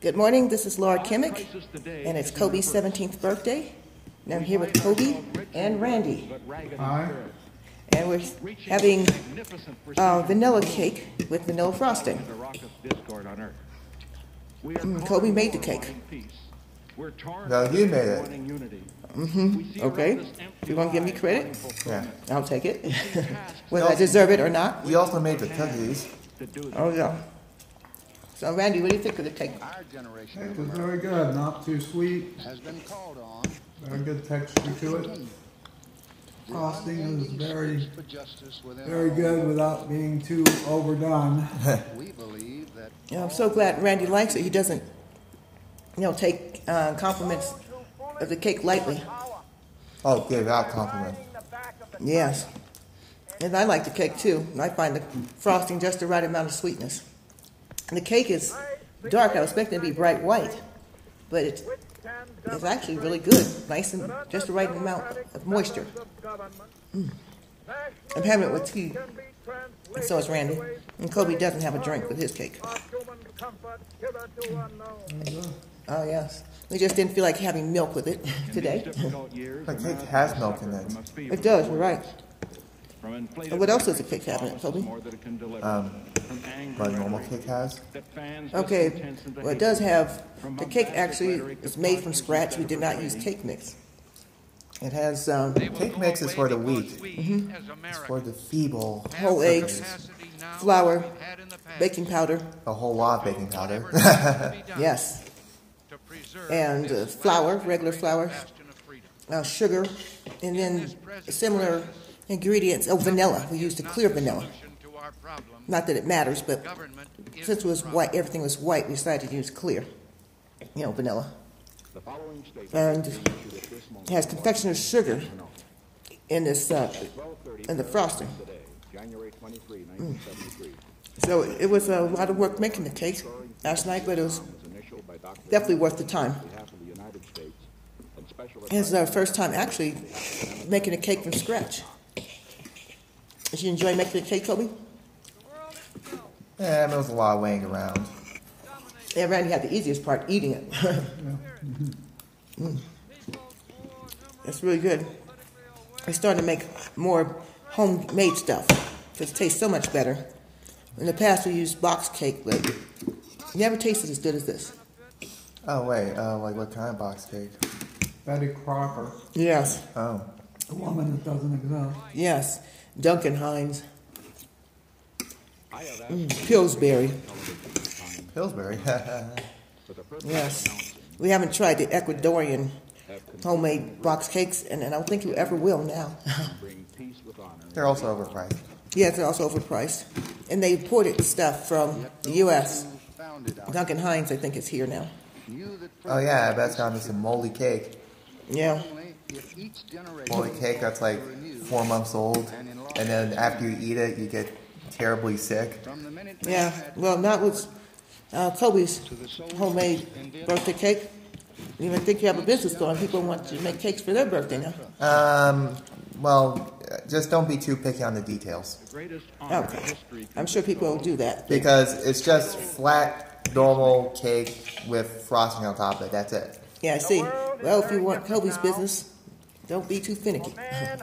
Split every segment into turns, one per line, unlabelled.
Good morning, this is Laura Kimmick,
Crisis today
and it's
is number
Kobe's
first.
17th birthday. And I'm here with Kobe and Randy.
But ragged and
Aye.
bare.
And we're
Reaching
having
magnificent
uh,
precision
vanilla cake with vanilla frosting.
in the rock of discord on earth. We are
Mm,
caught
Kobe
in
made the
war
cake.
wanting peace. We're torn
No, you
between
made it.
wanting unity. We see
Mm-hmm. okay.
around us empty
You wanna give me
lives
credit?
wanting fulfillment.
Yeah.
I'll take it, whether I deserve it or not.
You also made the cookies.
To do that.
Oh, yeah. So Randy, what do you think of the cake?
Our generation
It
of
was
America
very good, not too sweet,
has been called on.
very good texture to it.
The
Frosting was
unending
very,
search for justice within
very
our
good
own.
without being too overdone.
We believe that
You know, I'm so glad Randy likes it. He doesn't, you know, take uh, compliments of the cake lightly.
Oh, give out compliment.
Yes. And I like the cake too. I find the frosting just the right amount of sweetness. And the cake is dark. I was expecting it to be bright white, but it's, it's actually really good. Nice and just the right amount of moisture.
I'm having it with tea, and so is Randy. And Kobe doesn't have a drink with his cake.
Oh, yes. We just didn't feel like having milk with it
In
today.
these difficult years,
The cake
America
has
has
milk
suffered
in it.
from a fever
It does,
of
you're right.
From inflated
And what else does the cake
memories that
have in it,
promise us
Toby?
more than it can deliver.
Um,
From angry
Like normal
rhetoric
cake has.
that fans
Okay,
discontents into
well, it
hatred.
does have, the cake actually is made from scratch. We did not use cake mix. It has um,
Cake mix is for the weak.
Mm-hmm.
It's for the feeble.
whole eggs, flour, baking powder,
A whole lot of baking powder.
yes,
And uh, flour, regular flour.
uh, sugar, and then similar ingredients. Oh, vanilla. We used a clear vanilla. Not that it matters, but since it was white, everything was white, we decided to use clear, you know, vanilla.
The following statement
And
is issued at this moment.
It has confectioner's sugar in this, uh, in the frosting. Mm.
Today, January 23, 1973,
So it was a lot of work making the cake last night, but it was
was initialed by Dr.
definitely worth the time.
on behalf of the United States and special
This is our first time actually making a cake from scratch. Did you enjoy making the cake, Kobe?
Yeah, there was a lot of weighing around.
Yeah, Randy had the easiest part, eating it. Mm. It's really good. I started to make more homemade stuff because it tastes so much better. In the past, we used box cake, but it never tasted as good as this.
Oh wait, uh, like what kind of box cake?
Betty Crocker,
Yes,
Oh,
a woman that doesn't exist.
yes. Duncan Hines. Mm, Pillsbury.
Pillsbury.
Yes. We haven't tried the Ecuadorian homemade box cakes, and, and I don't think you ever will now.
bring peace with honor.
They're also overpriced.
yes, they're also overpriced. And they imported stuff from the U.S.
who founded our
Duncan Hines, I think, is here now.
knew that
Oh yeah, I bet it's gonna be some moldy cake.
Yeah.
only if each generation
Moldy cake that's like
renewed
four months old, and then after you eat it, you get terribly sick.
from the minute they
Yeah.
had
Well, not with uh, Kobe's
to the soldiers
homemade
and did
birthday cake. You even think you have a business going. People want to make cakes for their birthday now.
Um, well, just don't be too picky on the details
The greatest honor
Okay.
in history
I'm sure people will do that.
because it's just flat, normal cake with frosting on top of it. That's it.
Yeah, I see. Well, if you want Kobe's business, don't be too finicky. And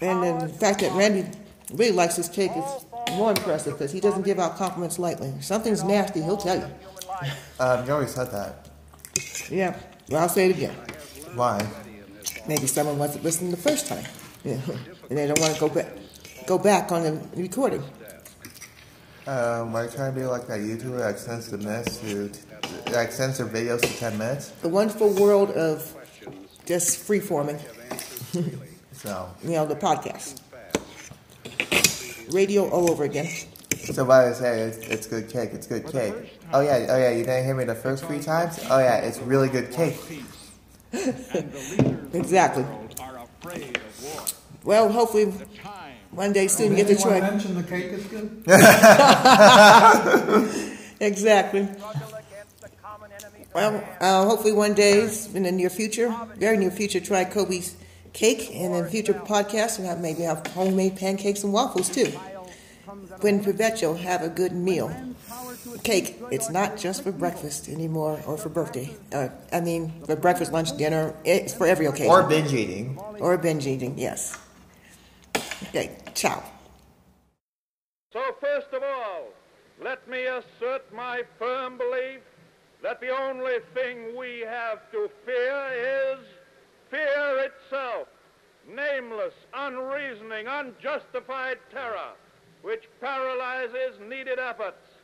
then the fact that Randy really likes his cake is more impressive because he doesn't give out compliments lightly. If something's nasty, he'll tell you.
Um, you already said that.
Yeah. Well, I'll say it again.
Why?
Maybe someone wasn't listening the first time. Yeah. And they don't want to go back go back on the recording.
Um, are you trying to be like that YouTuber that extends the minutes to, that extends their videos to ten minutes?
The wonderful world of just free forming,
So,
you know, the podcast. Radio all over again.
so what I say it's, it's good cake. It's good cake. Oh yeah, oh yeah. You didn't hear me the first three times. Oh yeah, it's really good cake.
peace. and the leaders of the
Exactly.
world are afraid of war.
Well, hopefully
The time
one day soon you get to
Anyone
try.
mention the cake is good?
Exactly. Well, uh, hopefully one day in the near future, very near future, try Kobe's cake and in future podcasts, we'll have maybe have homemade pancakes and waffles too. When Piveccio have a good meal. cake, it's not just for breakfast anymore or for birthday. Uh, I mean, for breakfast, lunch, dinner, it's for every occasion.
Or binge eating.
Or binge eating, yes. Okay, ciao.
So, first of all, let me assert my firm belief that the only thing we have to fear is fear itself nameless, unreasoning, unjustified terror which paralyzes needed efforts.